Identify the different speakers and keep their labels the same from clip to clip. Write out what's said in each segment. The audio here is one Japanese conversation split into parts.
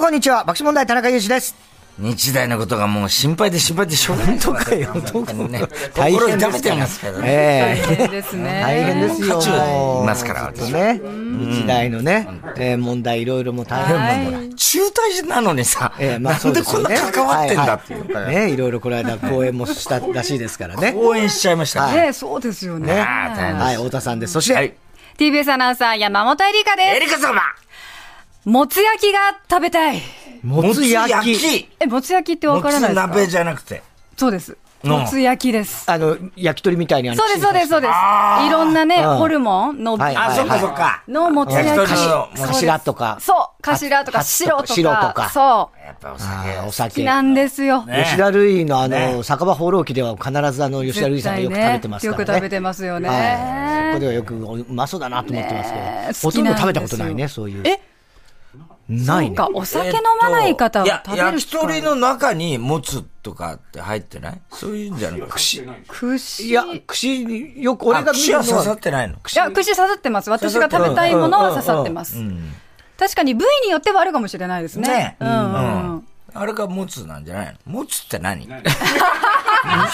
Speaker 1: こんにちは。爆笑問題田中裕二です。
Speaker 2: 日大のことがもう心配で心配でしょうがない
Speaker 1: とかよ、
Speaker 2: 本当にね、
Speaker 1: 大変ですから
Speaker 2: 心痛めてますからね。
Speaker 1: ええ
Speaker 3: 大変ですね。
Speaker 1: 大変ですよ。
Speaker 2: 渦中にいますから
Speaker 1: もうずっとね。日大のね、えー問題いろいろもう大変問題。
Speaker 2: 中退なのにさ、
Speaker 1: ええ
Speaker 2: なんでこんな関わってんだっていう。
Speaker 1: はいはいね、いろいろこの間講演もしたらしいですからね。
Speaker 2: 応援しちゃいましたね。
Speaker 3: ね、そうですよね。
Speaker 2: ああ、大変
Speaker 1: はい、
Speaker 2: です。
Speaker 1: 太田さんです。そして、
Speaker 2: はい。
Speaker 3: TBS アナウンサー山本エリカ
Speaker 2: エ
Speaker 3: で
Speaker 2: リカ様
Speaker 3: す。もつ焼きが食べたい。
Speaker 1: もつ焼き。
Speaker 3: え、もつ焼きってわ
Speaker 2: も
Speaker 3: からない
Speaker 2: つ
Speaker 3: ですか
Speaker 2: 鍋じゃなくて。
Speaker 3: そうです。
Speaker 2: うん
Speaker 3: もつ焼きです。
Speaker 1: あの、焼き鳥みたいにあの、
Speaker 3: そうです、そうです、そうです
Speaker 2: あ。ー
Speaker 3: いろんなね、
Speaker 1: うん
Speaker 3: ホルモンの、
Speaker 1: はい
Speaker 2: あ、そっかそっか。
Speaker 3: のもつ焼き。
Speaker 2: 焼き鳥の
Speaker 3: そうです
Speaker 1: 頭とか
Speaker 3: そう、頭と
Speaker 1: は
Speaker 3: か
Speaker 1: は
Speaker 3: 白とか。
Speaker 1: 白とか
Speaker 3: そう。
Speaker 2: やっぱお
Speaker 1: あ
Speaker 2: 酒
Speaker 1: ーお
Speaker 2: を。
Speaker 3: 好き
Speaker 1: 酒。
Speaker 3: なんですよ。
Speaker 2: ね
Speaker 1: 吉田類のあの、
Speaker 2: ね
Speaker 1: 酒場放浪記では必ずあの、吉田類さんがよく食べてますからね。
Speaker 3: 絶対ねよく食べてますよね
Speaker 1: はいそこではよくおうまそうだなと思ってますけど、
Speaker 3: ね
Speaker 1: ほとんど食べたことないね、そういう。
Speaker 3: え、
Speaker 1: な
Speaker 3: ないん
Speaker 1: ね
Speaker 3: か。お酒飲まない方
Speaker 2: えっ
Speaker 3: は
Speaker 2: と
Speaker 3: 食
Speaker 2: い
Speaker 3: べ
Speaker 2: や、
Speaker 3: る
Speaker 2: 焼き
Speaker 3: 人は
Speaker 2: 鳥の中にもつとかって入ってないそういうんじゃなくて。串。
Speaker 3: 串。
Speaker 1: い
Speaker 3: いや
Speaker 1: や、、串によく、俺
Speaker 2: あ
Speaker 1: が見
Speaker 2: 串
Speaker 1: る
Speaker 2: は
Speaker 1: の
Speaker 2: 刺さ
Speaker 1: は
Speaker 2: っ、てないの。串
Speaker 3: 串刺さってます。私が食べたいものは刺さってます。確かに部位によってはあるかもしれないですね。
Speaker 2: ね
Speaker 3: う。
Speaker 2: うんん。あれがもつなんじゃないのもつって何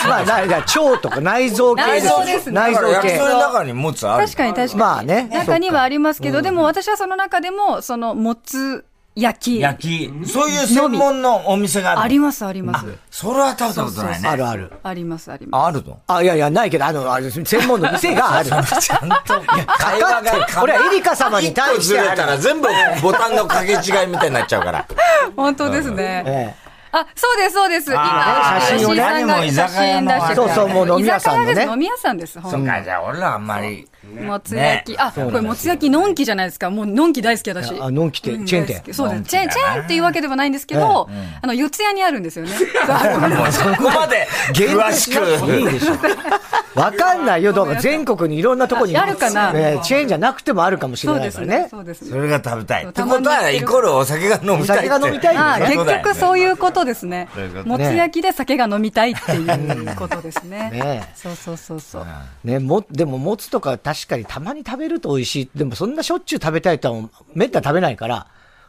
Speaker 1: まあ、ない、だから腸とか内臓系
Speaker 3: 内臓ですね
Speaker 1: 内
Speaker 2: だ
Speaker 1: 臓
Speaker 2: から焼き
Speaker 1: 系。
Speaker 2: 鳥の中にもつある。
Speaker 3: 確かに確かに。
Speaker 1: まあね。
Speaker 3: 中にはありますけど、でも私はその中でも、その、もつ焼き。
Speaker 2: 焼き。そういう専門のお店があるの。
Speaker 3: あります、あります。
Speaker 2: それは食べたことないね。
Speaker 1: あるある。
Speaker 3: あります、あります。
Speaker 2: あるの
Speaker 1: あ、いやいや、ないけど、あの、あれ専門の店があ る。
Speaker 2: ちゃんと。会話が、
Speaker 1: これはエリカ様に対して
Speaker 2: 一個ずれたら全部ボタンの掛け違いみたいになっちゃうから。
Speaker 3: 本当ですね。
Speaker 1: え
Speaker 3: あ、そうです、そうです。今
Speaker 1: ー
Speaker 2: あ、
Speaker 1: 写真をね
Speaker 3: 吉井さんが
Speaker 2: もう居酒屋の
Speaker 3: 写真出して
Speaker 1: そうそうもう飲み屋さんのね
Speaker 3: 居酒屋です飲み屋さんです、ほ
Speaker 2: そっ
Speaker 3: ん
Speaker 2: か、じゃあ俺らあんまり。
Speaker 3: もつ焼き。
Speaker 2: ね
Speaker 3: あ、これもつ焼きのんきじゃないですか。もうのんき大好き私。
Speaker 1: えあ、のんきて、チェーン店
Speaker 3: 大好。きそうです。チェーン、
Speaker 2: のんき
Speaker 3: チ
Speaker 2: だ
Speaker 3: ェ
Speaker 2: な
Speaker 3: ーンっていうわけではないんですけど、あの、四谷にあるんですよね。
Speaker 2: もうそこまで詳しく。
Speaker 1: いいでしょ。わかんないよ。だから全国にいろんなとこに。
Speaker 3: ああるかな
Speaker 1: えーチェーンじゃなくてもあるかもしれ
Speaker 3: そう
Speaker 1: な
Speaker 3: で
Speaker 1: いか
Speaker 3: す
Speaker 1: ら
Speaker 3: ね
Speaker 1: ね。。
Speaker 3: そうです
Speaker 2: そ。れが食べたい。ってことは、イコールお酒が飲みたいって。
Speaker 1: お酒が飲みたい
Speaker 3: ああ、
Speaker 1: ね
Speaker 3: 結局そう
Speaker 2: いう。
Speaker 3: いうことですね
Speaker 2: そういうこ。と
Speaker 3: もつ焼きで酒が飲みたいっていうことですね
Speaker 1: ね。
Speaker 3: そうそうそうそう。
Speaker 1: ね、も、でも、もつとか確かにたまに食べると美味しい。でも、そんなしょっちゅう食べたいとは、めったに食べないから、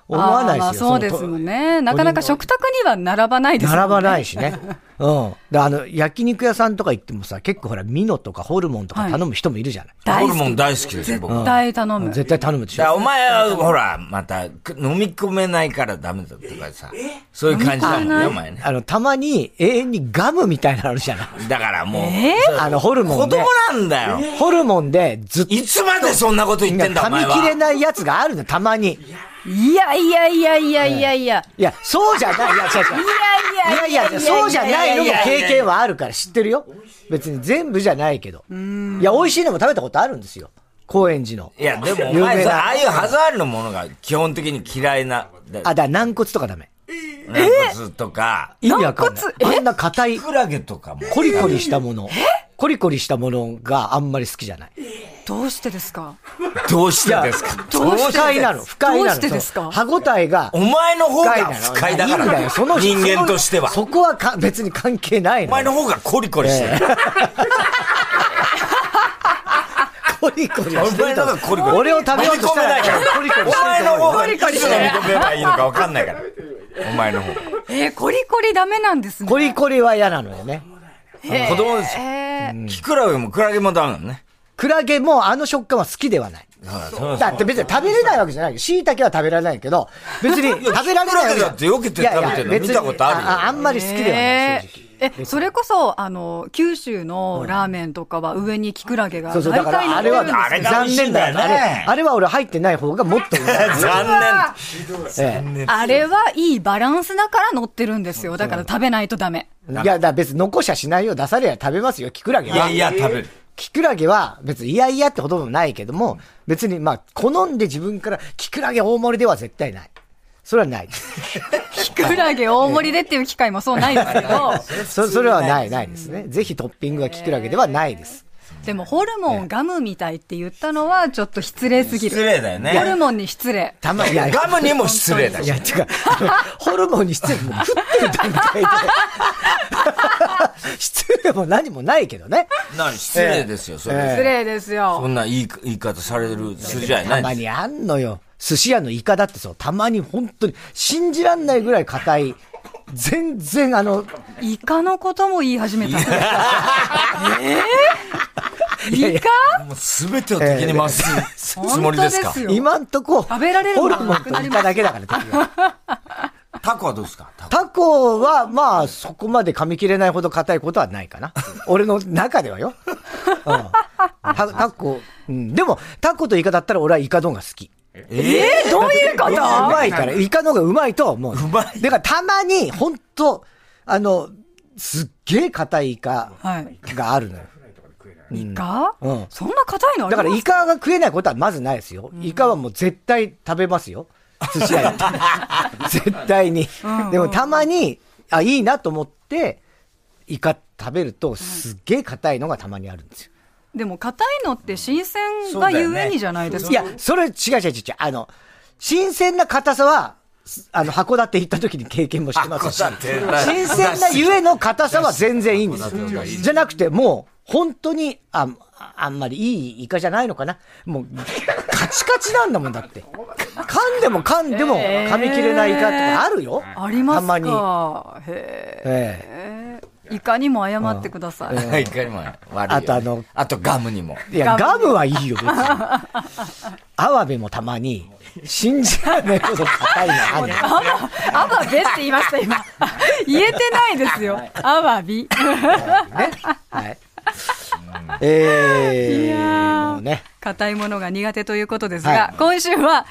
Speaker 1: 思わない
Speaker 3: ああ
Speaker 1: ですよ。
Speaker 3: そうですもんね。なかなか食卓には並ばないですもんね。
Speaker 1: 並ばない
Speaker 3: し。
Speaker 1: し ね。うん。で、あの、焼肉屋さんとか行ってもさ、結構ほら、ミノとかホルモンとか頼む人もいるじゃない。
Speaker 2: ホ
Speaker 3: 大
Speaker 2: ル
Speaker 3: 好
Speaker 2: モ
Speaker 3: き。
Speaker 2: ン大好きですよ、僕。だか
Speaker 3: 絶対頼む。
Speaker 1: 絶対頼むでし
Speaker 2: ら
Speaker 1: ょ。
Speaker 2: お前は、ほら、また、く飲み込めないからダメだとかさ。そういう感じだもんね、お前ね。
Speaker 1: あの、たまに永遠にガムみたいなのあるじゃない。
Speaker 2: だからもう、
Speaker 1: あの、ホルモ
Speaker 2: 子
Speaker 1: ンで
Speaker 2: 供。なんだよ。
Speaker 1: ホルモンでずっと
Speaker 2: いつまでそんなこと言ってんだ、お
Speaker 1: 噛
Speaker 2: 前
Speaker 1: み
Speaker 2: は。
Speaker 1: 切れないやつがあるの、たまに。
Speaker 3: いやいやいやいやいやいや。
Speaker 1: いや、そうじゃない。いや、違う違う。
Speaker 3: い
Speaker 1: いやいや、そうじゃないのも
Speaker 2: いやいやいやい
Speaker 1: 経
Speaker 2: や
Speaker 1: 験はあるから知ってるよ。別に全部じゃないけど。いや、美味しいのも食べたことあるんですよ。高円寺の。
Speaker 2: いや、でもお
Speaker 1: 有名
Speaker 2: 前
Speaker 1: な
Speaker 2: さ、ああいうハザールのものが基本的に嫌いな、で
Speaker 1: あ、だから軟骨とかダメ。
Speaker 2: 軟骨とか、
Speaker 1: 意味わかんない
Speaker 3: 軟。
Speaker 1: あんな硬い
Speaker 2: キ、クラゲとかも。
Speaker 1: コリコリしたもの。コリコリしたものがあんまり好きじゃない。
Speaker 3: どうしてですか
Speaker 2: どうしてですか
Speaker 1: 不快なの。不快なの。
Speaker 3: どうしてですか
Speaker 1: その歯応えが。
Speaker 2: お前の方が不快だか
Speaker 1: いいんだ
Speaker 2: ら。
Speaker 1: よその
Speaker 2: 人間としては。
Speaker 1: そこはか別に関係ない
Speaker 2: お
Speaker 1: の。
Speaker 2: 前の方がコリコリしてる。
Speaker 1: コリコリはしてるだろ
Speaker 2: お前のがコリコリ
Speaker 1: 俺を食べようとしたら
Speaker 2: 飲み込めないから
Speaker 1: コリコリ
Speaker 2: お
Speaker 1: して
Speaker 2: 前
Speaker 1: る
Speaker 2: の
Speaker 1: と思
Speaker 2: 方
Speaker 1: う
Speaker 2: がいつ飲み込めばいいのか分かんないから。お前の方が。
Speaker 3: えー、コリコリダメなんですね。
Speaker 1: コリコリは嫌なのよね。
Speaker 2: 子供ですよ。
Speaker 3: えー、
Speaker 2: キクラゲもクラゲもダメなのね。
Speaker 1: クラゲもあの食感は好きではない。だって別に食べれないわけじゃない。椎茸は食べられないけど、別に食べられないわけじゃない。
Speaker 2: キクラゲだって避けて食べてるの
Speaker 1: いやいや別に
Speaker 2: 見たことあるよ
Speaker 1: ああんまり好きではない、正直。
Speaker 3: えーえ、それこそ、あの、九州のラーメンとかは上にキクラゲが
Speaker 1: そう
Speaker 3: 大
Speaker 1: そう、だ
Speaker 3: 体
Speaker 1: から
Speaker 3: 乗
Speaker 1: あ
Speaker 3: っ
Speaker 1: れ
Speaker 3: てる
Speaker 1: は
Speaker 3: んで
Speaker 1: 残
Speaker 2: あれが美味し
Speaker 3: すよ。
Speaker 2: い
Speaker 1: 念
Speaker 2: んだ
Speaker 1: だよ。
Speaker 2: よね
Speaker 1: あれ、あれは俺入ってない方がもっとうま い。
Speaker 2: 残
Speaker 1: ええ
Speaker 2: 念。
Speaker 3: あれはいいバランスだから乗ってるんですよ。だから食べないとダメ。
Speaker 1: いや、だから別に残しゃしないよ。出されや食べますよ、キクラゲ
Speaker 2: いや
Speaker 1: は。
Speaker 2: いや、食べる。
Speaker 1: キクラゲは別にいやいやってほとんどないけども、別にまあ、好んで自分から、キクラゲ大盛りでは絶対ない。それは ない。
Speaker 3: キクラゲ大盛りでっていう機会もそうないですけど、
Speaker 1: そそれはない、ないですね。ぜひトッピングはキクラゲではないです。
Speaker 3: でもホルモンガムみたいって言ったのはちょっと失礼すぎる。
Speaker 2: 失礼だよね
Speaker 3: ホルモンに失礼。
Speaker 1: たまに、いや、い
Speaker 2: ガムにも失礼だし
Speaker 1: や、。てか、 ホルモンに失礼も食ってる段階 で。失礼も何もないけどね。
Speaker 2: なに失礼ですよ、それ。
Speaker 3: 失礼ですよ。
Speaker 2: そんな言い言い方される筋合いな
Speaker 1: た
Speaker 2: い
Speaker 1: ま
Speaker 2: です。
Speaker 1: にあんのよ。寿司屋のイカだってそう、たまに本当に信じらんないぐらい硬い。全然あの、
Speaker 3: イカのことも言い始めた。えー、イカ
Speaker 2: もう全てを敵に回すつもりですか
Speaker 3: 本当ですよ
Speaker 1: 今んとこ、
Speaker 3: 食べられる
Speaker 1: ホ
Speaker 3: も
Speaker 1: ル
Speaker 3: の
Speaker 1: モ
Speaker 3: が
Speaker 1: ンと
Speaker 3: なく
Speaker 1: イ
Speaker 3: なりま
Speaker 1: カ
Speaker 3: す
Speaker 1: だけだから、敵は
Speaker 2: タコはどうですかタコ。
Speaker 1: タコは、まあ、そこまで噛み切れないほど硬いことはないか な。俺の中ではよ。うん、タタコ、うん。でも、タコとイカだったら俺はイカ丼が好き。
Speaker 2: え
Speaker 3: え、どういうこ
Speaker 1: い
Speaker 3: と
Speaker 1: やうまいから、イカの方がうまいとは思う。う
Speaker 2: まい
Speaker 1: だからたまに、ほんと、あの、すっげえ硬いイカ
Speaker 3: はい。
Speaker 1: があるのよ。
Speaker 3: イカ、
Speaker 1: うん
Speaker 3: そんな硬いのあ
Speaker 1: だか
Speaker 3: ります
Speaker 1: らイカが食えないことはまずないですよ。イカはもう絶対食べますよ。寿司屋で絶対に。でもたまに、あ、いいなと思って、イカ食べるとすっげえ硬いのがたまにあるんですよ。
Speaker 3: でも硬いのって新鮮がゆえにじゃないですか。
Speaker 1: いや、それ違う違う違う違う。あの、新鮮な硬さは、すあの、函館行った時に経験もしてますし、
Speaker 2: 函館
Speaker 1: 新鮮なゆえの硬さは全然いいんですよ。じゃなくて、もう、本当に、あ、あんまりいいイカじゃないのかな。もう、カチカチなんだもんだって。噛んでも噛んでも噛み切れないイカとかあるよ。
Speaker 3: あります
Speaker 1: たまに。
Speaker 3: か。へ
Speaker 1: ええ
Speaker 3: え。イカにも謝ってください。
Speaker 2: ー、いかにも悪いよね、
Speaker 1: あとあの
Speaker 2: あとガムにも。
Speaker 1: いや、ガムはいいよ、別に。アワビもたまに、信じられないほど硬いのあるの
Speaker 3: アワベって言いました、 今。言えてないですよ。アワビ。
Speaker 1: ね。はい。え
Speaker 3: い
Speaker 1: ー、
Speaker 3: やー
Speaker 1: もうね。
Speaker 3: 硬いものが苦手ということです
Speaker 1: は
Speaker 3: が、今週は、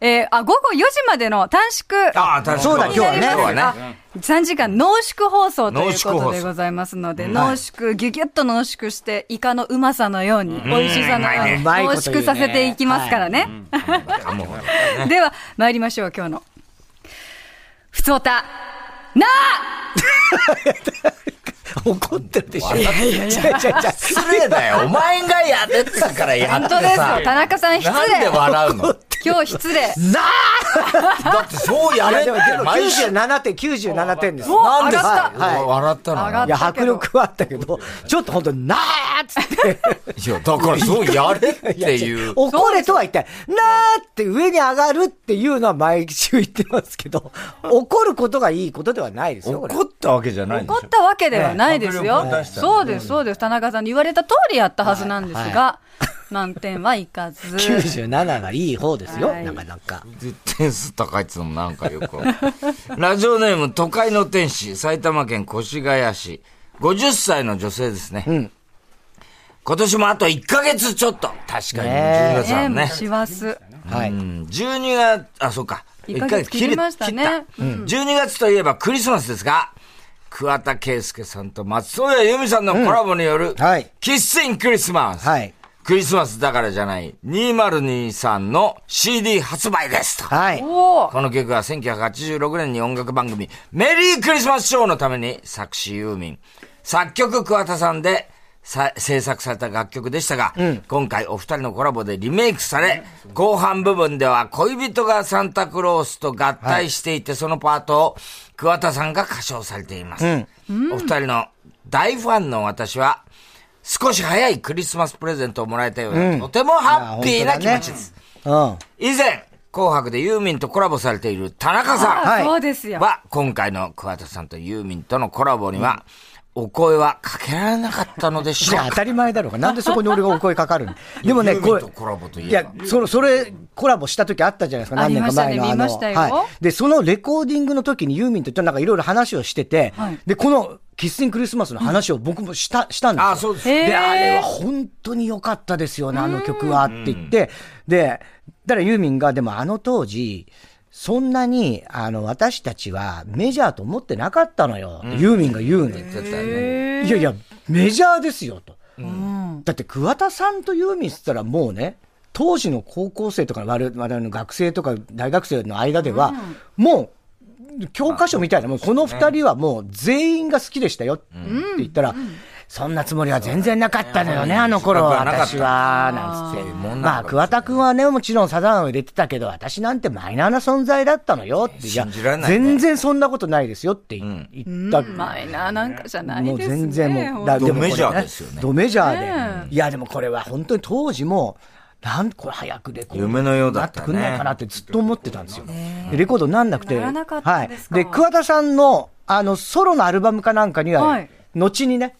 Speaker 3: えーあ、午後4時までの短縮。
Speaker 2: ああ、確かに
Speaker 1: そうだ
Speaker 2: 今
Speaker 1: 今日はね
Speaker 2: 日は
Speaker 3: あ
Speaker 2: ね。
Speaker 3: 3時間濃縮放送とい
Speaker 2: 濃
Speaker 3: う
Speaker 2: 縮
Speaker 3: こ
Speaker 2: 放
Speaker 3: と
Speaker 2: 送
Speaker 3: でございますので、濃縮、ぎゅぎゅっと濃縮して、イカのうまさのように、美味しさのよう
Speaker 1: う
Speaker 3: に、
Speaker 1: まいね
Speaker 3: 濃縮させていきますからね。
Speaker 2: あもうほら
Speaker 3: では、参りましょう、今日の。ふつおた、な
Speaker 1: 怒ってるでしょ。い
Speaker 2: や
Speaker 1: いやいや。
Speaker 2: 失礼だよ。お前がやってたからや
Speaker 3: あ
Speaker 2: ってさ。
Speaker 3: 本当ですよ、田中さん失
Speaker 2: なんで
Speaker 3: 礼。
Speaker 2: 笑うの
Speaker 3: 今日失礼。
Speaker 1: な
Speaker 2: だってそうや
Speaker 1: あい
Speaker 2: れっ
Speaker 1: や
Speaker 2: て
Speaker 1: でも、でも
Speaker 2: 毎週。
Speaker 1: 97点、97点です。
Speaker 3: お
Speaker 2: なんで
Speaker 3: 上が
Speaker 1: ったはい
Speaker 2: 笑ったの
Speaker 3: 上が
Speaker 1: いや、
Speaker 3: だ
Speaker 1: 迫
Speaker 3: けど
Speaker 1: 力はあったけど、ちょっと本当になーっつって。
Speaker 2: いや、だからそうやれっていう。
Speaker 1: 怒れとは言って、なーって上に上がるっていうのは毎週言ってますけど、怒ることがいいことではないですよ、これ
Speaker 2: 怒ったわけじゃないんで
Speaker 3: 怒
Speaker 2: し
Speaker 3: ったわけではないですよ
Speaker 2: ね迫力を出。した
Speaker 3: そうです、そうです。田中さんに言われた通りやったはずなんですが、満点はいかず。
Speaker 1: 97がいい方ですよ、
Speaker 3: はい
Speaker 1: なかなか。
Speaker 2: ょ。点数高いっつうのもなんかよくわかんない。ラジオネーム、都会の天使、埼玉県越谷市。50歳の女性ですね。今年もあと1ヶ月ちょっと。確かに、
Speaker 1: ねえた
Speaker 2: 純烈さん
Speaker 3: ね
Speaker 2: ね。
Speaker 3: 師走。
Speaker 1: はい。
Speaker 2: うん12月、あ、そうか。
Speaker 3: 一ヶ月切りました
Speaker 2: 一
Speaker 3: ね
Speaker 2: ヶ月切った12月といえばクリスマスですが、桑田佳祐さんと松任谷由実さんのコラボによる、
Speaker 1: はい
Speaker 2: キッスインクリスマス。
Speaker 1: はい
Speaker 2: クリスマスだからじゃない、2023の CD 発売ですと。
Speaker 1: はい。
Speaker 3: おお。
Speaker 2: この曲は1986年に音楽番組、メリークリスマスショーのために作詞ユーミン、作曲桑田さんでさ制作された楽曲でしたが、今回お二人のコラボでリメイクされ、後半部分では恋人がサンタクロースと合体していて、そのパートを桑田さんが歌唱されています。お二人の大ファンの私は、少し早いクリスマスプレゼントをもらえたような、とてもハッピーな気持ちです。
Speaker 1: うん。
Speaker 2: 以前、紅白でユーミンとコラボされている田中さん
Speaker 1: は
Speaker 3: あ
Speaker 1: い
Speaker 3: そうですよ。
Speaker 2: は、今回の桑田さんとユーミンとのコラボには、お声はかけられなかったのでし
Speaker 1: い
Speaker 2: ょ
Speaker 1: や
Speaker 2: う
Speaker 1: 当
Speaker 2: か。
Speaker 1: たり前だろうが。なんでそこに俺がお声か かるのでもね、
Speaker 2: ユーミ
Speaker 1: こ
Speaker 2: ン
Speaker 1: れ
Speaker 2: と、コラボとい
Speaker 1: い
Speaker 2: えば
Speaker 1: や。、それ、それ、コラボした時あったじゃないですか、何年か前の。
Speaker 3: ありましたね
Speaker 1: あ
Speaker 3: 見ましたよ
Speaker 1: の、はい。で、そのレコーディングの時にユーミンとちょっとなんかいろいろ話をしてて、
Speaker 3: はい
Speaker 1: で、この、キッスインクリスマスの話を僕もした、したんですよ。
Speaker 2: あそうです
Speaker 3: へ
Speaker 1: で、
Speaker 3: ー
Speaker 1: あれは本当に良かったですよね、あの曲はって言って、で、だからユーミンが、でもあの当時、そんなに、あの、私たちはメジャーと思ってなかったのよ、ってユーミンが言うの。
Speaker 2: 絶対ね
Speaker 1: いやいや、メジャーですよ、と。だって桑田さんとユーミンっつったらもうね、当時の高校生とか我々我々の学生とか大学生の間では、もう教科書みたいな、もうこの二人はもう全員が好きでしたよって言ったら、そんなつもりは全然なかったのよね、あの頃は私は、なんつっ
Speaker 2: そう
Speaker 1: て
Speaker 2: いうもん。なの
Speaker 1: まあ、桑田君はね、もちろんサザンを入れてたけど、私なんてマイナーな存在だったのよって、いや
Speaker 2: 信じられ、ないね
Speaker 1: 全然そんなことないですよって言った
Speaker 3: マイナーなんかじゃないですね。
Speaker 1: もう全然もう、
Speaker 3: 本
Speaker 1: だ
Speaker 3: 当
Speaker 2: 当
Speaker 1: でもこれ
Speaker 2: ドメジャーですよね
Speaker 1: ドメジャーで。いや、でもこれは本当に当時も、なんこれ早くレコード
Speaker 2: 夢のようだ
Speaker 1: な
Speaker 2: っ
Speaker 1: って
Speaker 2: たね
Speaker 1: くんないかなってずっと思ってたんですよ。でレコードなんなくて。
Speaker 3: ならなかったんですか
Speaker 1: はい。で、桑田さんの、あの、ソロのアルバムかなんかには、
Speaker 3: はい
Speaker 1: 後にね、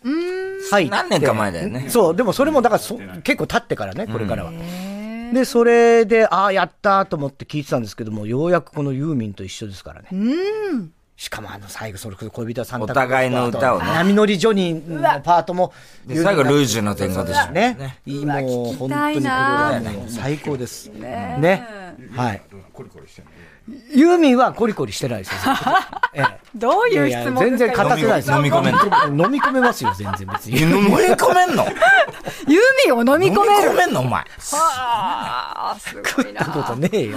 Speaker 1: 入って
Speaker 2: 何年か前だよね。
Speaker 1: そう、でもそれもだからそ結構経ってからね、これからは。で、それで、ああ、やったーと思って聞いてたんですけども、ようやくこのユーミンと一緒ですからね。しかもあの最後、それこそ恋人はサンタクロース
Speaker 2: お互いの歌をね
Speaker 1: 波乗りジョニーのパートも。
Speaker 2: で最後、ルージュの天下でしょ。
Speaker 1: ね。いいもう本当にこれはもう最高です。ね。はい。ユーミンはコリコリしてないですよ。 ええ
Speaker 3: どういう質問
Speaker 1: 全
Speaker 3: です
Speaker 1: 然
Speaker 3: か
Speaker 1: 片手ないですよ。
Speaker 2: 飲み込めん
Speaker 1: 飲み込めますよ、全然別に。
Speaker 2: 飲み込めん の
Speaker 3: ユーミンを飲み
Speaker 2: 飲み
Speaker 3: 込め
Speaker 2: 込
Speaker 3: る。
Speaker 2: めんのお前。
Speaker 3: ああ、すごいな。
Speaker 1: ことねえよ。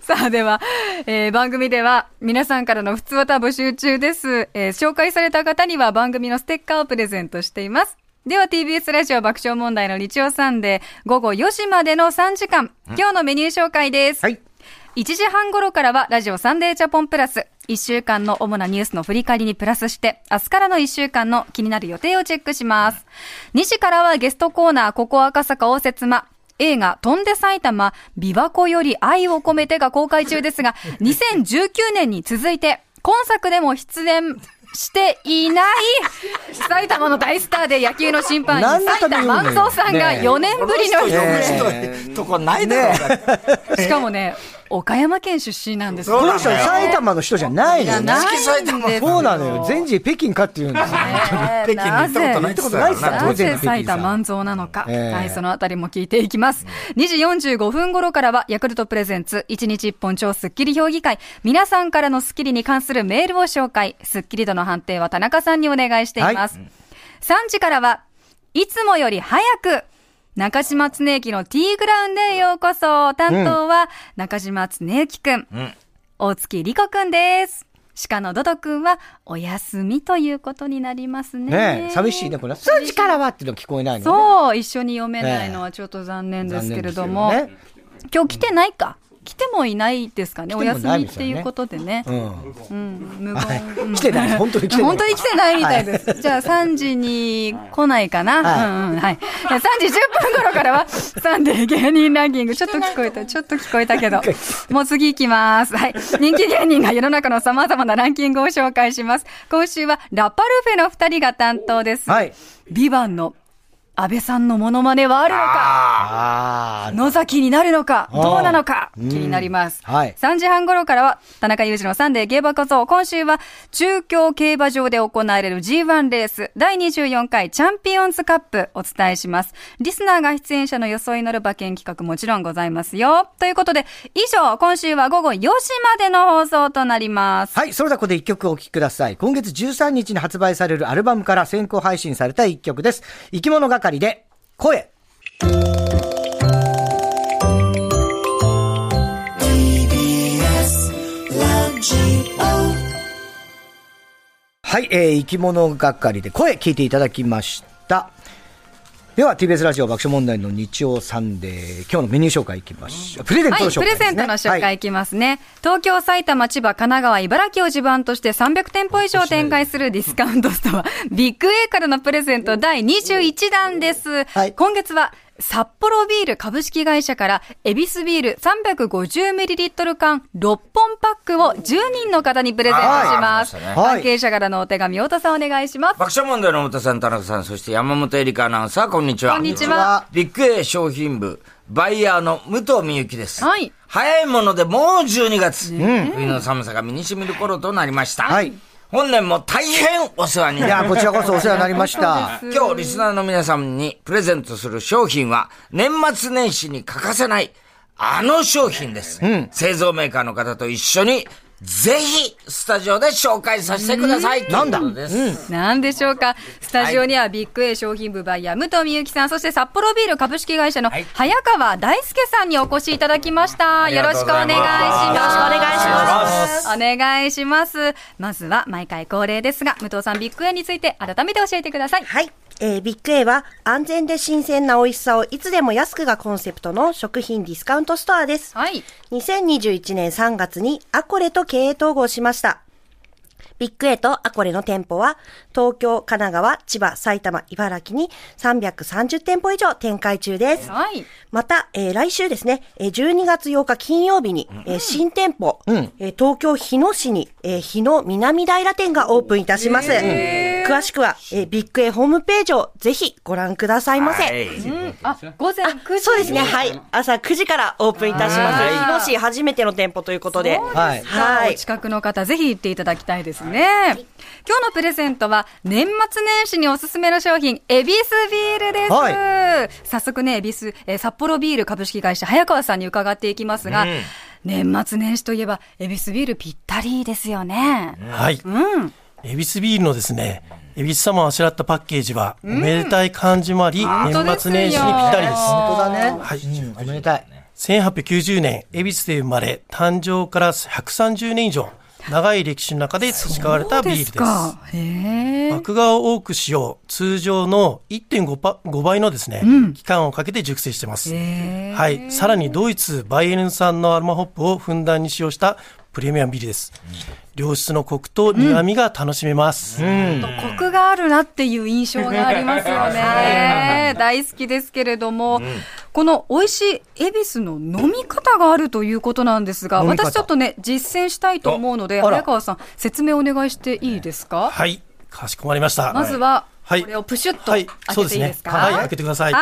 Speaker 3: さあ、では、えー番組では皆さんからの普通歌募集中です。えー紹介された方には番組のステッカーをプレゼントしています。では TBS ラジオ爆笑問題の日曜サンデー午後4時までの3時間、今日のメニュー紹介です。
Speaker 1: はい。
Speaker 3: 1時半頃からはラジオサンデージャポンプラス。1週間の主なニュースの振り返りにプラスして、明日からの1週間の気になる予定をチェックします。2時からはゲストコーナー、ここ赤坂応接間。映画、飛んで埼玉、琵琶湖より愛を込めてが公開中で すが、2019年に続いて、今作でも出演して いない、埼玉の大スターで野球の審判
Speaker 1: 何
Speaker 3: 員、
Speaker 1: のた
Speaker 3: 埼
Speaker 1: め
Speaker 3: 田
Speaker 1: に言うのよ
Speaker 3: 万蔵さんが
Speaker 1: ねえ
Speaker 3: 4年ぶりの
Speaker 2: こ
Speaker 3: 出
Speaker 2: 人
Speaker 3: 演。
Speaker 2: 呼ぶ人とこないだろうが。
Speaker 3: しかもね、岡山県出身なんです
Speaker 2: そう
Speaker 1: こ
Speaker 2: な
Speaker 1: の
Speaker 2: んだ
Speaker 1: 人、
Speaker 2: よ
Speaker 1: 埼玉の人じゃないのよね。
Speaker 3: ないんです
Speaker 1: そうなのよ。全治北京かって言うんですよ。
Speaker 2: 北京に行ったことないって言ってたからな
Speaker 3: な
Speaker 1: 当然
Speaker 3: ぜ埼玉満蔵なのか、
Speaker 1: ええ
Speaker 3: はい、そのあたりも聞いていきます。2時45分頃からは、ヤクルトプレゼンツ、1日1本超スッキリ評議会、皆さんからのスッキリに関するメールを紹介、スッキリ度の判定は田中さんにお願いしています。3時からは、いつもより早く、中島恒之のティーグラウンドへようこそ、担当は中島恒之くん、大月理子くんです。鹿のドドくんはお休みということになりますね。
Speaker 1: ねえ、寂しいね、これ。数時からはっていうの聞こえないのね。
Speaker 3: そう、一緒に読めないのはちょっと残念ですけれども、
Speaker 1: 残念です
Speaker 3: 今日来てないか。来てもいないですかね。お
Speaker 1: ても
Speaker 3: 休
Speaker 1: ない
Speaker 3: み
Speaker 1: で
Speaker 3: っ
Speaker 1: すよ
Speaker 3: て
Speaker 1: ね
Speaker 3: いうことでね。
Speaker 1: けどね。うん。
Speaker 3: うん、無
Speaker 1: はい
Speaker 3: 言。
Speaker 1: 来て ない本当に来てない
Speaker 3: 本当に来てないみたいです。じゃあ3時に来ないかな。
Speaker 1: はい
Speaker 3: うんうん、はい。3時10分頃か らは、サンデー芸人ランキング。ちょっと聞こえた、ちょっと聞こえたけど。もう次行きます。はい。人気芸人が世の中の様々なランキングを紹介します。今週は、ラパルフェの2人が担当です。
Speaker 1: はい。
Speaker 3: ビバンの安倍さんのモノマネはあるのか
Speaker 1: あ
Speaker 3: 野崎になるのかどうなのか気になります。
Speaker 1: うんはい
Speaker 3: 3時半頃からは、田中裕二のサンデー競馬こそ、今週は、中京競馬場で行われる G1 レース、第24回チャンピオンズカップお伝えします。リスナーが出演者の予想に乗る馬券企画もちろんございますよ。ということで、以上、今週は午後4時までの放送となります。
Speaker 1: はい。それではここで一曲お聴きください。今月13日に発売されるアルバムから先行配信された一曲です。生き物係で、声。はい。えー、生き物係で声聞いていただきました。では TBS ラジオ爆笑問題の日曜サンデー今日のメニュー紹介いきましょうプレゼントの
Speaker 3: は
Speaker 1: 紹
Speaker 3: い、プ
Speaker 1: 介で
Speaker 3: レ
Speaker 1: す、ね
Speaker 3: ゼントの紹
Speaker 1: はい
Speaker 3: 介いきますね、東京、埼玉、千葉、神奈川、茨城を地盤として300店舗以上展開するディスカウントス トア、ビッグ A からのプレゼント第21弾です。
Speaker 1: はい
Speaker 3: 今月は札幌ビール株式会社から、エビスビール 350ml 缶6本パックを10人の方にプレゼントします。
Speaker 2: はい
Speaker 1: はい
Speaker 3: 関係者からのお手紙、太田さんお願いします。
Speaker 2: 爆笑問題の太田さん、田中さん、そして山本エリカアナウンサー、こんにちは。
Speaker 3: こんにち
Speaker 1: こんにちは
Speaker 3: は。
Speaker 2: ビッグ A 商品部、バイヤーの武藤美幸です。
Speaker 3: はい
Speaker 2: 早いものでもう12月。冬の寒さが身に染みる頃となりました。
Speaker 1: はい
Speaker 2: 本年も大変お世話に
Speaker 1: い
Speaker 2: な
Speaker 1: や
Speaker 2: り
Speaker 1: こ
Speaker 2: まし
Speaker 1: ち
Speaker 2: た。
Speaker 1: らこそお世話になりま した
Speaker 2: 今日、リスナーの皆さんにプレゼントする商品は、年末年始に欠かせない、あの商品です。製造メーカーの方と一緒に、ぜひ、スタジオで紹介させてください。なんだです。
Speaker 3: なんでしょうかスタジオにはビッグ A 商品部バイヤー武藤美由紀さんそして札幌ビール株式会社の
Speaker 2: はい
Speaker 3: 早川大輔さんにお越しいただきました、
Speaker 2: り
Speaker 3: よ
Speaker 2: が
Speaker 3: ろ
Speaker 2: と
Speaker 3: し
Speaker 2: う
Speaker 3: く
Speaker 2: ご
Speaker 3: お
Speaker 2: ざい
Speaker 3: 願
Speaker 2: ま
Speaker 3: い
Speaker 2: す
Speaker 3: し
Speaker 2: よ
Speaker 3: ますお願いしますまずは毎回恒例ですが武藤さんビッグ A について改めて教えてください
Speaker 4: はい。えービッグ A は安全で新鮮な美味しさをいつでも安くがコンセプトの食品ディスカウントストアです。
Speaker 3: はい
Speaker 4: 2021年3月にアコレと経営統合しました。ビッグエとアコレの店舗は、東京、神奈川、千葉、埼玉、茨城に330店舗以上展開中です。
Speaker 3: はい。
Speaker 4: また、えー来週ですね、えー12月8日金曜日に、えー新店舗、えー東京日野市に、えー日野南平店がオープンいたします。詳しくは、えービッグエホームページをぜひご覧くださいませ。
Speaker 2: はい。
Speaker 3: あ、午前9時。
Speaker 4: そうですね、はい。朝9時からオープンいたします。
Speaker 3: はい
Speaker 4: 日野市初めての店舗ということで。
Speaker 1: はい。
Speaker 4: は
Speaker 3: お
Speaker 4: い
Speaker 3: 近くの方、ぜひ行っていただきたいですね。今日のプレゼントは、年末年始におすすめの商品、エビスビールです。早速ね、エビス、えー札幌ビール株式会社、早川さんに伺っていきますが、年末年始といえば、エビスビールぴったりですよね。
Speaker 5: はい。エビスビールのですね、エビス様をあしらったパッケージは、おめでたい感じもあり、
Speaker 3: 当で
Speaker 5: 年
Speaker 3: すよ
Speaker 5: 末年始にぴったりです。
Speaker 1: 本当だね。
Speaker 5: はい。
Speaker 1: おめでたい。
Speaker 5: 1890年、恵比寿で生まれ、誕生から130年以上、長い歴史の中で培われたビールです。
Speaker 3: か。へえ。
Speaker 5: 麦芽を多く使用、通常の1.5パ5倍のですね、期間をかけて熟成してます。
Speaker 3: へー
Speaker 5: はい。さらにドイツ、バイエルン産のアルマホップをふんだんに使用したプレミアムビールです。良質のコクと苦味が楽しめます。
Speaker 3: コクがあるなっていう印象がありますよね。大好きですけれども、この美味しい恵比寿の飲み方があるということなんですが、
Speaker 1: 飲み方
Speaker 3: 私ちょっとね、実践したいと思うので、
Speaker 1: ああら
Speaker 3: 早川さん、説明お願いしていいですか、
Speaker 5: はい。かしこまりました。
Speaker 3: まずは、こ
Speaker 5: はい
Speaker 3: れをプシュッと
Speaker 5: は
Speaker 3: 開
Speaker 5: い
Speaker 3: け。
Speaker 5: そう
Speaker 3: ていいですか、
Speaker 5: はい。
Speaker 3: は
Speaker 5: 開
Speaker 3: い
Speaker 5: けてください。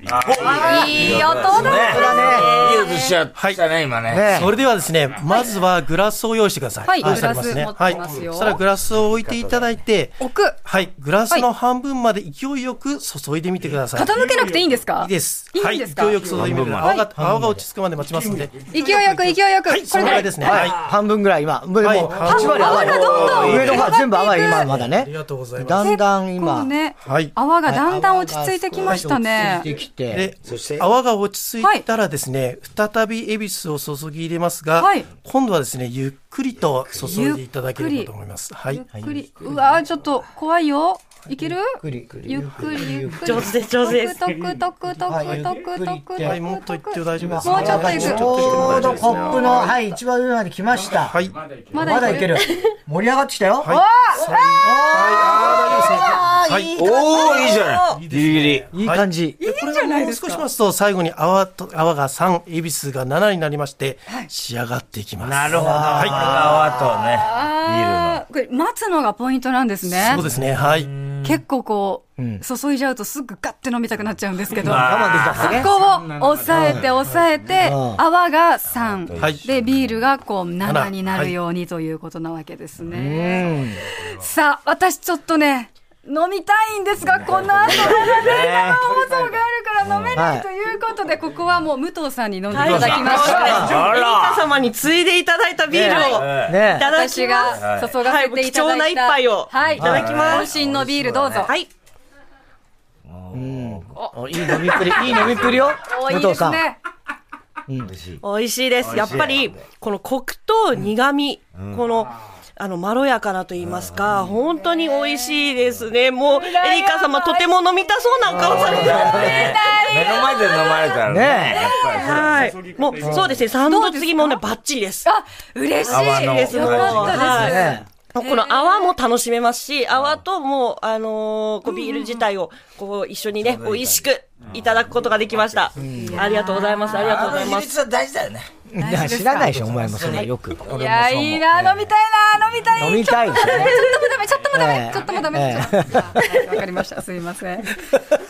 Speaker 3: いい音だね。
Speaker 2: ね。いい音しちゃったね、今ね。
Speaker 1: ね
Speaker 5: それではですね、まずはグラスを用意してください。
Speaker 3: はい
Speaker 5: 用意してありますね
Speaker 3: グラス持ってますよ
Speaker 5: はい。そしたらグラスを置いていただいて、
Speaker 3: 置く。
Speaker 5: はい。グラスの半分まで勢いよく注いでみてください。
Speaker 3: 傾けなくていいんですか
Speaker 5: いいです。
Speaker 3: い
Speaker 5: はい
Speaker 3: ん
Speaker 5: い。
Speaker 3: で
Speaker 5: 勢
Speaker 3: すか、
Speaker 5: いよく注いでみてください。泡が、泡が落ち着くまで待ちますので。
Speaker 3: 勢いよく、勢いよく。
Speaker 5: はい。そ
Speaker 3: これぐら
Speaker 5: のぐら
Speaker 3: いで。
Speaker 5: いですすね。はい。
Speaker 1: 半分ぐらい、今、もう、
Speaker 5: はい
Speaker 1: もう8割
Speaker 3: 泡
Speaker 1: 泡
Speaker 3: がどんどん
Speaker 1: 上の方
Speaker 3: 上がっていく
Speaker 1: が全部泡今、まだ
Speaker 5: あり
Speaker 1: ね。
Speaker 5: がとうございます。
Speaker 1: だんだん今、
Speaker 3: こうね、
Speaker 5: はい
Speaker 3: 泡がだんだん落ち着いてきましたね。
Speaker 1: できて、
Speaker 5: で、泡が落ち着いたらですね、再びエビスを注ぎ入れますが、
Speaker 3: はい
Speaker 5: 今度はですね、ゆっくりと注いでいただければと思います。はい。
Speaker 3: ゆっくり。うわーちょっと怖いよ。いける
Speaker 1: くりくり
Speaker 3: ゆっくり、ゆっくり。
Speaker 4: 上手です上手です
Speaker 3: トクトクトクトクトクトクトク。
Speaker 5: はい、もっと言っても大丈夫です。
Speaker 3: もうちょっと行く
Speaker 1: ちょ
Speaker 5: もうちょ
Speaker 1: うど
Speaker 5: っと行く
Speaker 1: コップの、はい、一番上まで来ました。
Speaker 5: はい。
Speaker 3: ま
Speaker 1: まだいける。。盛り上がってきたよ。
Speaker 5: はい。はい、あー大丈夫ですね。
Speaker 2: おー、いいじゃない。ギリギリ。
Speaker 1: いい感じ。
Speaker 5: はい。これがもう少ししますと、最後に泡と、泡が3、エビスが7になりまして、仕上がっていきます。
Speaker 2: なるほど。
Speaker 5: はい
Speaker 2: 泡
Speaker 3: あーこれ待つのがポイントなんですね
Speaker 5: そう。ですね、はい。
Speaker 3: 結構こう、注いじゃうとすぐガッて飲みたくなっちゃうんですけど。
Speaker 1: 我慢できたっすね。
Speaker 3: ここを押さえて押さえて、
Speaker 1: うん
Speaker 3: 泡が3、
Speaker 5: はい
Speaker 3: で、ビールがこう7
Speaker 5: 7
Speaker 3: になるようにということなわけですね。さあ、私ちょっとね、飲みたいんですが、この後、生放送があるから飲めないということで、ここはもう武藤さんに飲んでいただきましょう。
Speaker 2: とね。あ
Speaker 4: 皆
Speaker 2: ら。
Speaker 4: 様に継いでいただいたビールをい
Speaker 1: ね
Speaker 4: ただ
Speaker 3: 私
Speaker 4: きます。
Speaker 3: が注がせていただいた、
Speaker 4: はい貴重な一杯を
Speaker 3: はい、い
Speaker 4: ただきます
Speaker 3: 渾身のビールどうぞ。
Speaker 4: はい。
Speaker 1: おいい飲みっぷ り、いい飲みっぷりよ。
Speaker 3: おい
Speaker 1: 武
Speaker 3: いで
Speaker 1: 藤さ
Speaker 3: す
Speaker 1: ん。
Speaker 3: ね。
Speaker 4: 美味しいです。やっぱり、このコクと苦味、この、あの、まろやかなと言いますか、本当に美味しいですね。もう、エリカ様とても飲みたそうなお顔されてますね。
Speaker 2: 目の前で飲まれたらね。
Speaker 1: ねえ
Speaker 2: やっぱりそうだね
Speaker 4: はい。もう、そうですね、三度継ぎもね、バッチリです。
Speaker 3: あ、嬉し
Speaker 2: 泡の
Speaker 3: いです。よかったです。
Speaker 1: ね
Speaker 4: もうこの泡も楽しめますし、泡ともう、あのーこうビール自体を、こう、一緒にね、美味しくいただくことができました。ありがとうございます。ありがとうござい
Speaker 2: あの
Speaker 4: ま
Speaker 2: 比率
Speaker 4: す。
Speaker 2: は大事だよね。
Speaker 1: いや知らないでしょ、お前もそんなよく。
Speaker 3: いや、いいな、飲みたいな、飲みたい。
Speaker 1: 飲みたいでしょ
Speaker 3: ちょっともダメ、ちょっともダメ、ちょっともダメ。ちょっともダメわかりました、すいません。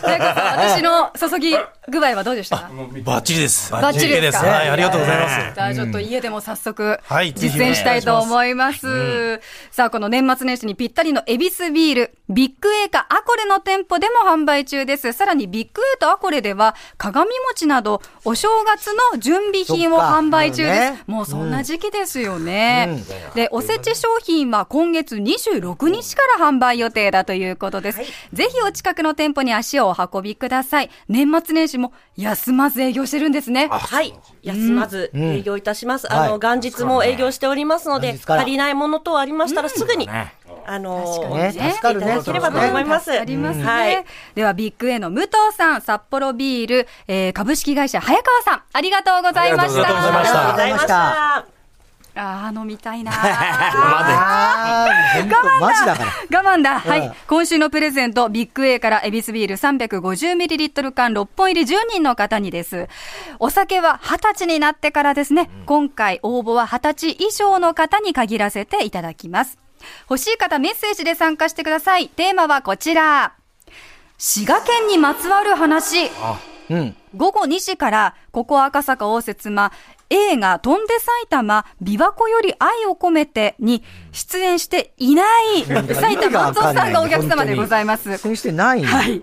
Speaker 3: 大悟さん、私の注ぎ具合はどうでした
Speaker 5: バッチリです。
Speaker 3: バッチリですか
Speaker 5: OK はい、ありがとうございます。
Speaker 3: じゃあちょっと家でも早速
Speaker 5: はい、ぜひ
Speaker 3: 実践したいと思います。さあ、この年末年始にぴったりのエビスビール、ビッグエーかアコレの店舗でも販売中です。さらにビッグエーとアコレでは、鏡餅など、お正月の準備品を
Speaker 1: そっかなるほ
Speaker 3: 販売中で
Speaker 1: ど
Speaker 3: す
Speaker 1: ね。
Speaker 3: もうそんな時期ですよね。で、おせち商品は今月26日から販売予定だということです。ぜひお近くの店舗に足をお運びください。年末年始も休まず営業してるんですね。
Speaker 4: はい。休まず営業いたします。
Speaker 1: ん
Speaker 4: あの、
Speaker 1: はい
Speaker 4: 元日も営業しておりますので、
Speaker 1: 元日から
Speaker 4: 足りないもの等ありましたらすぐに、
Speaker 2: ね
Speaker 4: あのー
Speaker 1: ね
Speaker 3: ね
Speaker 1: 助かる
Speaker 4: いた
Speaker 1: ね
Speaker 4: だ。ければと思います。
Speaker 3: ありますね。
Speaker 4: はい。
Speaker 3: では、ビッグ A の武藤さん、札幌ビール、えー株式会社早川さん、ありがとうございました。
Speaker 2: ありがとうございま
Speaker 1: した
Speaker 4: ありがとうございました。
Speaker 3: あー、飲みたいな
Speaker 1: あー、本当マジだから。
Speaker 3: 我慢だ。はい。今週のプレゼント、ビッグ A からエビスビール 350ml 缶6本入り10人の方にです。お酒は20歳になってからですね。今回応募は20歳以上の方に限らせていただきます。欲しい方メッセージで参加してください。テーマはこちら。滋賀県にまつわる話。
Speaker 1: うん。
Speaker 3: 午後2時から、ここ赤坂応接間、映画、飛んで埼玉、琵琶湖より愛を込めてに出演して いない、埼玉
Speaker 1: わ
Speaker 3: 松尾
Speaker 1: かん
Speaker 3: さ
Speaker 1: ない
Speaker 3: んがお客様でございます。
Speaker 1: 出演してないんだ
Speaker 3: はい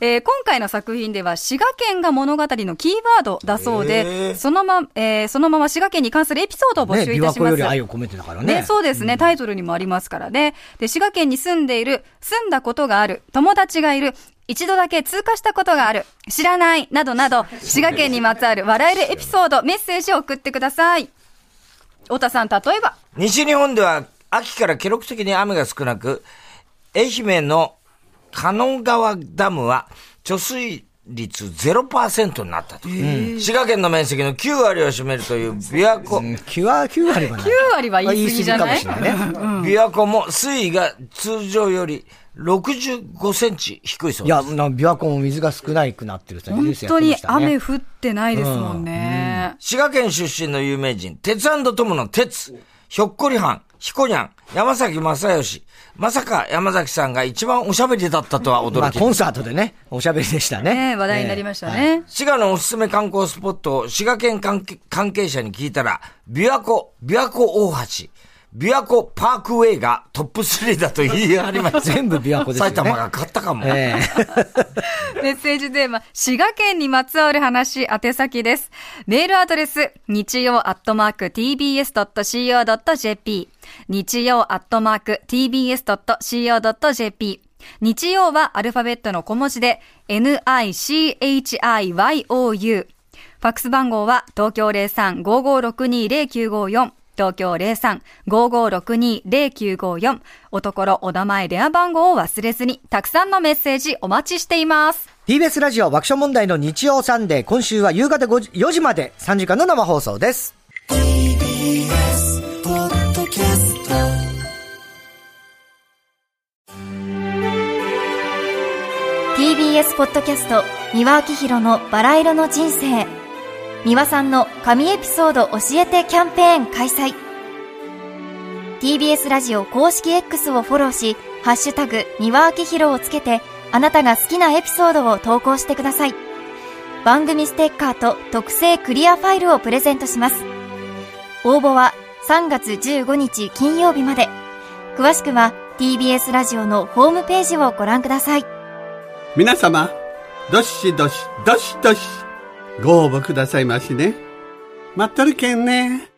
Speaker 3: えー今回の作品では滋賀県が物語のキーワードだそうで、そのま、えーそのまま滋賀県に関するエピソードを募
Speaker 1: ね、
Speaker 3: 集い
Speaker 1: 琵
Speaker 3: た
Speaker 1: 琶
Speaker 3: し
Speaker 1: 湖
Speaker 3: ま
Speaker 1: よ
Speaker 3: す。
Speaker 1: り愛を込めてだから
Speaker 3: ね
Speaker 1: ね。
Speaker 3: そうですね、タイトルにもありますからね。で、滋賀県に住んでいる、住んだことがある、友達がいる、一度だけ通過したことがある、知らない、などなど、滋賀県にまつわる笑えるエピソード、メッセージを送ってください。太田さん、例えば、
Speaker 2: 西日本では秋から記録的に雨が少なく、愛媛の加納川ダムは貯水率0%になったと。滋賀県の面積の9割を占めるという琵琶湖、
Speaker 1: 9割、9割 はない。
Speaker 3: 9割は言い過ぎじゃない
Speaker 1: 言い過ぎかもしれないね。
Speaker 2: 琵琶湖も水位が通常より65センチ低いそう
Speaker 1: い
Speaker 2: で
Speaker 1: や、
Speaker 2: す。
Speaker 1: なんか琵琶湖も水が少なくなってるってニュー
Speaker 3: 本
Speaker 1: スやっ
Speaker 3: 当
Speaker 1: てま
Speaker 3: に
Speaker 1: したね
Speaker 3: 雨降ってないですもんね。
Speaker 2: 滋賀県出身の有名人、鉄友の鉄、ひょっこりはん、ひこにゃん、山崎正義。まさか山崎さんが一番おしゃべりだったとは
Speaker 1: ま
Speaker 2: 驚
Speaker 1: あ、
Speaker 2: き
Speaker 1: コンサートでね、おしゃべりでしたね。
Speaker 3: ね話題になりましたね。
Speaker 1: ええ。
Speaker 2: 滋賀のおすすめ観光スポットを滋賀県関係関係者に聞いたら、琵琶湖、琵琶湖大橋、琵琶湖パークウェイがトップ3だと言い張りました。
Speaker 1: 全部琵琶湖ですよね
Speaker 2: 埼玉が勝ったかも。
Speaker 1: はいえ え
Speaker 3: メッセージテーマ、滋賀県にまつわる話、宛先です。メールアドレス、日曜アットマーク tbs.co.jp。日曜アットマーク tbs.co.jp。日曜はアルファベットの小文字で、nichiou。ファックス番号は東京03-5562-0954。東京03-5562-0954。おところ、お名前、電話番号を忘れずに、たくさんのメッセージお待ちしています。
Speaker 1: TBS ラジオ爆笑問題の日曜サンデー、今週は夕方5時4時まで3時間の生放送です。
Speaker 6: TBS ポッドキャスト三輪明宏のバラ色の人生三輪さんの神エピソード教えてキャンペーン開催 TBS ラジオ公式 X をフォローし「ハッシュタグ三輪明宏」をつけてあなたが好きなエピソードを投稿してください番組ステッカーと特製クリアファイルをプレゼントします応募は3月15日金曜日まで詳しくは TBS ラジオのホームページをご覧ください
Speaker 7: 皆様、どしどし、どしどし、ご応募くださいましね。待っとるけんね。